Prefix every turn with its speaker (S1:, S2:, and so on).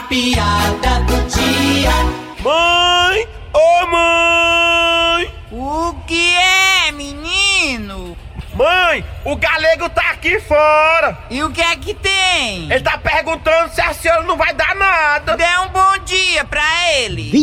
S1: piada do dia.
S2: Mãe! Ô mãe!
S3: O que é, menino?
S2: Mãe, o galego tá aqui fora!
S3: E o que é que tem? É
S2: Ele tá perguntando se a senhora não vai dar nada!
S3: Dê um bom dia pra ele.